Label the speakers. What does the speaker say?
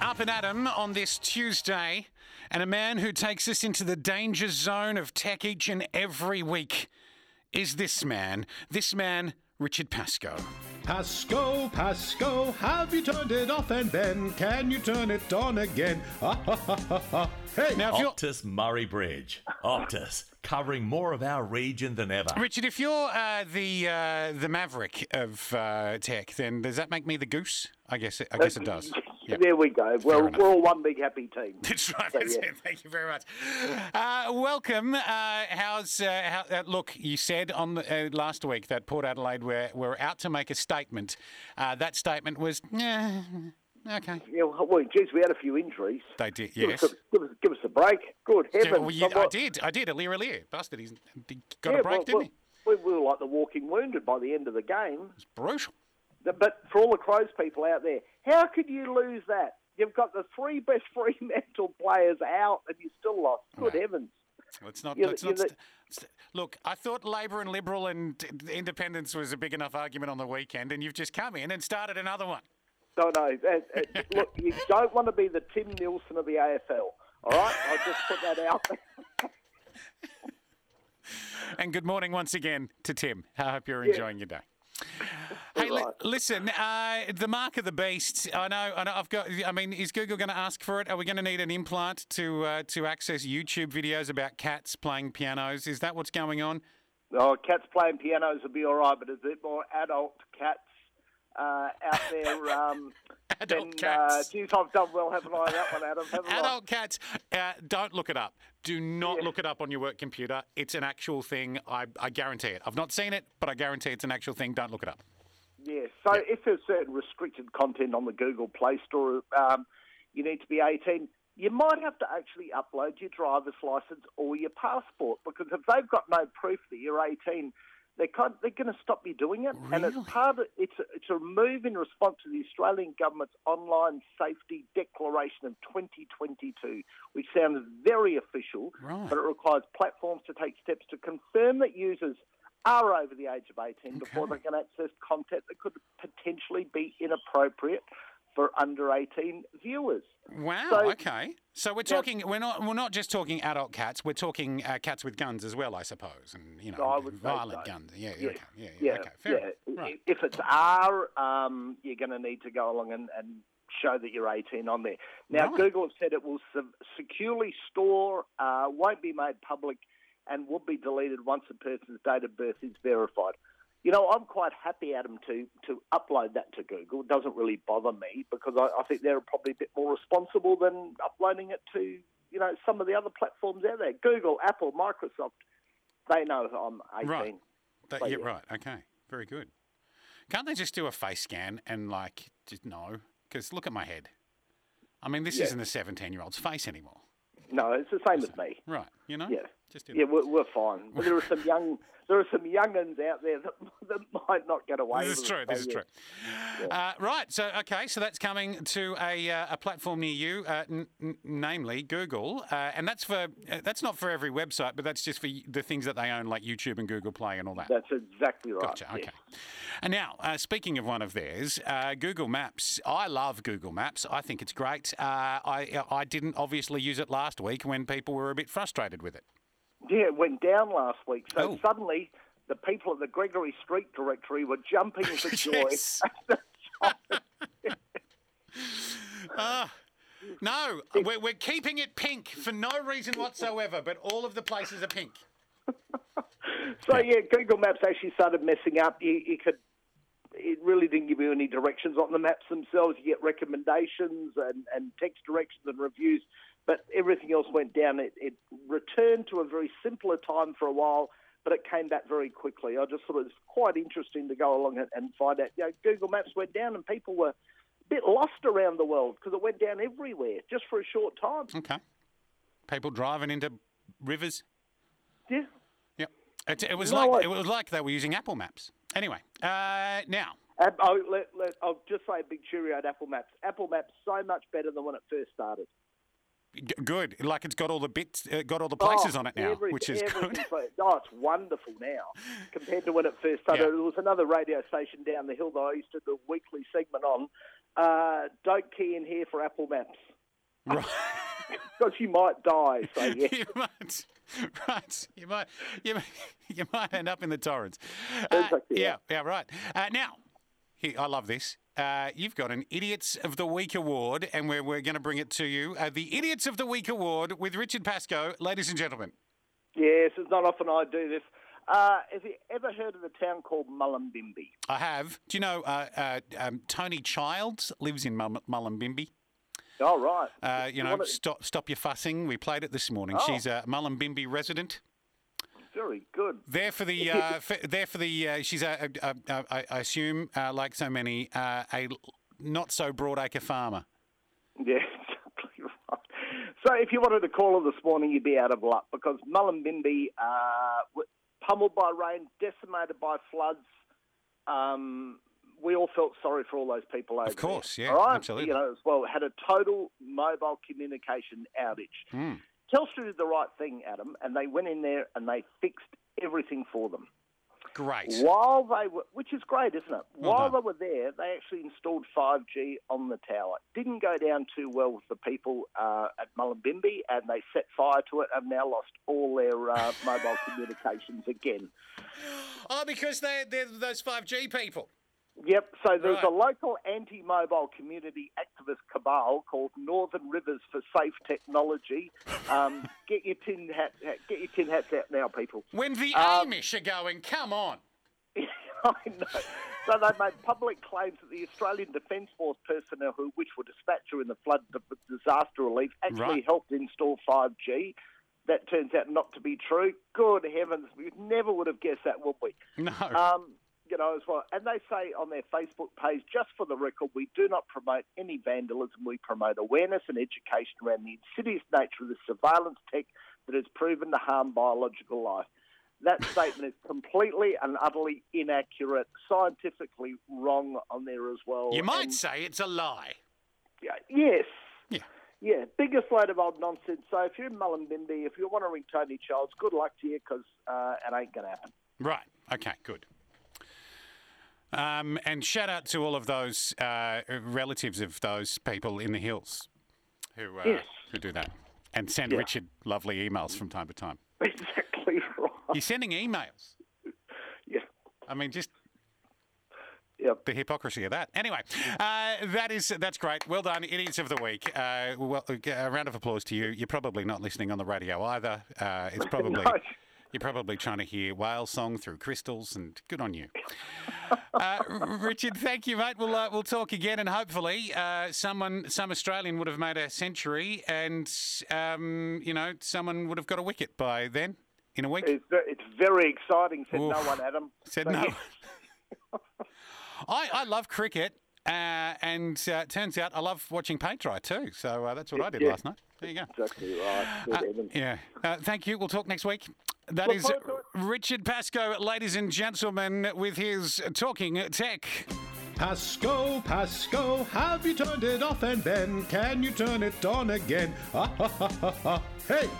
Speaker 1: Up and at 'em on this Tuesday, and a man who takes us into the danger zone of tech each and every week is this man. This man, Richard Pascoe.
Speaker 2: Pasco, Pasco, have you turned it off? And then can you turn it on again? Ah, ha, ha, ha, ha. Hey,
Speaker 1: Now, if you're
Speaker 3: Optus Murray Bridge. Optus covering more of our region than ever.
Speaker 1: Richard, if you're uh, the uh, the maverick of uh, tech, then does that make me the goose? I guess it, I guess it does. Yeah.
Speaker 4: There we go. Well,
Speaker 1: enough.
Speaker 4: we're all one big happy team.
Speaker 1: That's right.
Speaker 4: So,
Speaker 1: that's
Speaker 4: yeah.
Speaker 1: it. Thank you very much. Uh, welcome. Uh, how's uh, how, uh, look? You said on the, uh, last week that Port Adelaide were were out to make a statement. Uh, that statement was, yeah, okay.
Speaker 4: Yeah, well, well, geez, we had a few injuries.
Speaker 1: They did,
Speaker 4: Give
Speaker 1: yes.
Speaker 4: us a, give us, give us a break. Good heavens.
Speaker 1: Yeah, well, you-
Speaker 4: I'm
Speaker 1: I
Speaker 4: not-
Speaker 1: did. I did. Alir Alir, busted. He's he got
Speaker 4: Yeah,
Speaker 1: a break,
Speaker 4: well,
Speaker 1: didn't he?
Speaker 4: well, we, we were like the walking wounded by the end of the game.
Speaker 1: It's brutal.
Speaker 4: But- But for all the Crows people out there, how could you lose that? You've got the three best Fremantle players out and you still lost. Good
Speaker 1: Right.
Speaker 4: heavens.
Speaker 1: Let's not.
Speaker 4: Yeah,
Speaker 1: let's
Speaker 4: yeah,
Speaker 1: not
Speaker 4: that-
Speaker 1: st- st- look, I thought Labor and Liberal and uh, Independence was a big enough argument on the weekend, and you've just come in and started another one.
Speaker 4: No, no. that- that- Uh, look, you don't want to be the Tim Nielsen of the AFL. All right? I'll just put that out there.
Speaker 1: And good morning once again to Tim. I hope you're enjoying your day. Hey, li-
Speaker 4: Right.
Speaker 1: listen. Uh, the mark of the beast. I know. I know. I've got. I mean, is Google going to ask for it? Are we going to need an implant to uh, to access YouTube videos about cats playing pianos? Is that what's going on?
Speaker 4: Oh, cats playing pianos will be all right, but there's a bit more adult cats uh, out there. Um,
Speaker 1: Adult
Speaker 4: than,
Speaker 1: cats.
Speaker 4: Uh, geez, I've done well, haven't I? That one, Adam. Haven't
Speaker 1: Adult cats, uh, don't look it up. Do not look it up on your work computer. It's an actual thing. I, I guarantee it. I've not seen it, but I guarantee it's an actual thing. Don't look it up.
Speaker 4: I? Yeah. So if there's certain restricted content on the Google Play Store, um, you need to be 18. You might have to actually upload your driver's license or your passport because if they've got no proof that you're 18, they can't, they're going to stop you doing it. And
Speaker 1: Really?
Speaker 4: it's part of it's a, it's a move in response to the Australian government's online safety declaration of 2022, which sounds very official,
Speaker 1: Right.
Speaker 4: but it requires platforms to take steps to confirm that users are over the age of 18 before they can access content that could potentially be inappropriate for under 18 viewers.
Speaker 1: Wow.
Speaker 4: So-
Speaker 1: okay. So we're talking. We're not. We're not just talking adult cats. We're talking uh, cats with guns as well, I suppose, and you know,
Speaker 4: I would say
Speaker 1: violent
Speaker 4: so.
Speaker 1: guns. Yeah.
Speaker 4: Yeah,
Speaker 1: Okay. Yeah. Yeah.
Speaker 4: yeah,
Speaker 1: okay. Fair.
Speaker 4: yeah.
Speaker 1: enough. Right.
Speaker 4: If it's R, um, you're going to need to go along and, and show that you're 18 on there. Now,
Speaker 1: Right.
Speaker 4: Google have said it will se- securely store, uh, won't be made public, and will be deleted once a person's date of birth is verified. You know, I'm quite happy, Adam, to, to upload that to Google. It doesn't really bother me because I, I think they're probably a bit more responsible than uploading it to, you know, some of the other platforms out there. Google, Apple, Microsoft, they know I'm 18.
Speaker 1: Right. That-
Speaker 4: So,
Speaker 1: yeah,
Speaker 4: yeah.
Speaker 1: Right. Okay. Very good. Can't they just do a face scan and like just no? Because look at my head. I mean, this
Speaker 4: Yeah.
Speaker 1: isn't a seventeen-year-old's face anymore.
Speaker 4: No, it's the same as me.
Speaker 1: Right. You know.
Speaker 4: Yeah.
Speaker 1: Just do
Speaker 4: Yeah,
Speaker 1: that.
Speaker 4: we're, we're fine. But there are some young, there are some youngins out there that, that might not get away.
Speaker 1: This
Speaker 4: with
Speaker 1: is true.
Speaker 4: It.
Speaker 1: This
Speaker 4: So,
Speaker 1: is
Speaker 4: yeah.
Speaker 1: true. Uh, right. So okay. So that's coming to a, uh, a platform near you, uh, n- n- namely Google, uh, and that's for uh, that's not for every website, but that's just for y- the things that they own, like YouTube and Google Play and all that.
Speaker 4: That's exactly right.
Speaker 1: Gotcha.
Speaker 4: yeah.
Speaker 1: Okay. And now, uh, speaking of one of theirs, uh, Google Maps. I love Google Maps. I think it's great. Uh, I I didn't obviously use it last week when people were a bit frustrated with it.
Speaker 4: Yeah, it went down last week. So
Speaker 1: Oh.
Speaker 4: suddenly, the people at the Gregory Street Directory were jumping for joy.
Speaker 1: Yes. Ah, no, we're, we're keeping it pink for no reason whatsoever, but all of the places are pink.
Speaker 4: So yeah, Google Maps actually started messing up. You, you could, it really didn't give you any directions on the maps themselves. You get recommendations and, and text directions and reviews, but everything else went down. It, it returned to a very simpler time for a while, but it came back very quickly. I just thought it was quite interesting to go along and, and find out. You know, Google Maps went down and people were a bit lost around the world because it went down everywhere just for a short time.
Speaker 1: Okay. People driving into rivers.
Speaker 4: Yeah.
Speaker 1: Yep. It, it was
Speaker 4: No,
Speaker 1: like
Speaker 4: I-
Speaker 1: it was like they were using Apple Maps. Anyway, uh, now
Speaker 4: And oh, let, let, I'll just say a big cheerio to Apple Maps. Apple Maps so much better than when it first started.
Speaker 1: g- good. Like it's got all the bits, uh, got all the places
Speaker 4: Oh,
Speaker 1: on it now,
Speaker 4: every-
Speaker 1: which is
Speaker 4: everything.
Speaker 1: good.
Speaker 4: Oh, it's wonderful now compared to when it first started.
Speaker 1: Yeah.
Speaker 4: There was another radio station down the hill that I used to do a weekly segment on uh, don't key in here for Apple Maps
Speaker 1: Right.
Speaker 4: because you might die. So yeah.
Speaker 1: you might, right? You might, you might, you might end up in the torrents. Uh,
Speaker 4: Exactly,
Speaker 1: yeah, yeah,
Speaker 4: yeah.
Speaker 1: right. Uh, now, here, I love this. Uh, you've got an Idiots of the Week award, and we're, we're going to bring it to you. Uh, the Idiots of the Week award with Richard Pascoe, ladies and gentlemen.
Speaker 4: Yes, it's not often I do this. Uh, have you ever heard of a town called Mullumbimby?
Speaker 1: I have. Do you know uh, uh, um, Tony Childs lives in Mul- Mullumbimby?
Speaker 4: Oh, right.
Speaker 1: Uh, you know,
Speaker 4: What a-
Speaker 1: stop, stop your fussing. We played it this morning.
Speaker 4: Oh.
Speaker 1: She's a Mullumbimby resident.
Speaker 4: Very good.
Speaker 1: There for the, uh, f- there for the. Uh, she's a, a, a, a, I- I assume, uh, like so many, uh, a l- not so broadacre farmer.
Speaker 4: Yeah, exactly right. So if you wanted to call her this morning, you'd be out of luck because Mullumbimby, uh, w- pummeled by rain, decimated by floods. Um, we all felt sorry for all those people over
Speaker 1: course,
Speaker 4: there.
Speaker 1: yeah,
Speaker 4: all right?
Speaker 1: absolutely.
Speaker 4: You know, as well, had a total mobile communication outage.
Speaker 1: Hmm.
Speaker 4: Telstra did the right thing, Adam, and they went in there and they fixed everything for them.
Speaker 1: Great.
Speaker 4: While they were, which is great, isn't it?
Speaker 1: Well
Speaker 4: While
Speaker 1: done.
Speaker 4: they were there, they actually installed 5G on the tower. Didn't go down too well with the people uh, at Mullumbimby, and they set fire to it and now lost all their uh, mobile communications again.
Speaker 1: Oh, because they're, they're those five G people.
Speaker 4: Yep, so there's a
Speaker 1: Right.
Speaker 4: local anti mobile community activist cabal called Northern Rivers for Safe Technology. Um, get, your tin hat, get your tin hats out now, people.
Speaker 1: When the
Speaker 4: Um,
Speaker 1: Amish are going, come on.
Speaker 4: I know. So they made public claims that the Australian Defence Force personnel, who which were dispatched during the flood d- disaster relief, actually
Speaker 1: Right.
Speaker 4: helped install 5G. That turns out not to be true. Good heavens, we never would have guessed that, would we?
Speaker 1: No.
Speaker 4: Um, you know, as well. And they say on their Facebook page, just for the record, we do not promote any vandalism. We promote awareness and education around the insidious nature of the surveillance tech that has proven to harm biological life. That statement is completely and utterly inaccurate, scientifically wrong on there as well.
Speaker 1: you might
Speaker 4: And-
Speaker 1: say it's a lie.
Speaker 4: yeah, yes.
Speaker 1: Yeah.
Speaker 4: Yeah, biggest load of old nonsense. So if you're in Mullumbimby, if you want to ring Tony Childs, good luck to you because uh, it ain't going to happen.
Speaker 1: Right. Okay. Good. Um, and shout out to all of those uh, relatives of those people in the hills who uh,
Speaker 4: Yes.
Speaker 1: who do that, and send
Speaker 4: Yeah.
Speaker 1: Richard lovely emails from time to time.
Speaker 4: Exactly right.
Speaker 1: You're sending emails.
Speaker 4: Yeah.
Speaker 1: I mean, just
Speaker 4: Yep.
Speaker 1: the hypocrisy of that. Anyway, uh, that is that's great. Well done, idiots of the week. Uh, well, a round of applause to you. You're probably not listening on the radio either. Uh, it's probably
Speaker 4: No.
Speaker 1: you're probably trying to hear whale song through crystals, and good on you, uh, R- Richard. Thank you, mate. We'll uh, we'll talk again, and hopefully, uh, someone some Australian would have made a century, and um, you know, someone would have got a wicket by then in a week.
Speaker 4: It's, ve- it's very exciting, said no
Speaker 1: Oof.
Speaker 4: one, Adam.
Speaker 1: Said
Speaker 4: So,
Speaker 1: no.
Speaker 4: yes,
Speaker 1: I, I love cricket, uh, and uh, turns out I love watching paint dry too. So uh, that's what I did
Speaker 4: Yeah.
Speaker 1: last night. There you go.
Speaker 4: Exactly right. Good,
Speaker 1: Uh,
Speaker 4: Evan.
Speaker 1: yeah. Uh, thank you. We'll talk next week. That
Speaker 4: Look
Speaker 1: is
Speaker 4: forward to it.
Speaker 1: Richard Pascoe, ladies and gentlemen, with his Talking Tech.
Speaker 2: Pasco, Pasco, have you turned it off? And then can you turn it on again? Ah, ha, ha, ha, ha. Hey!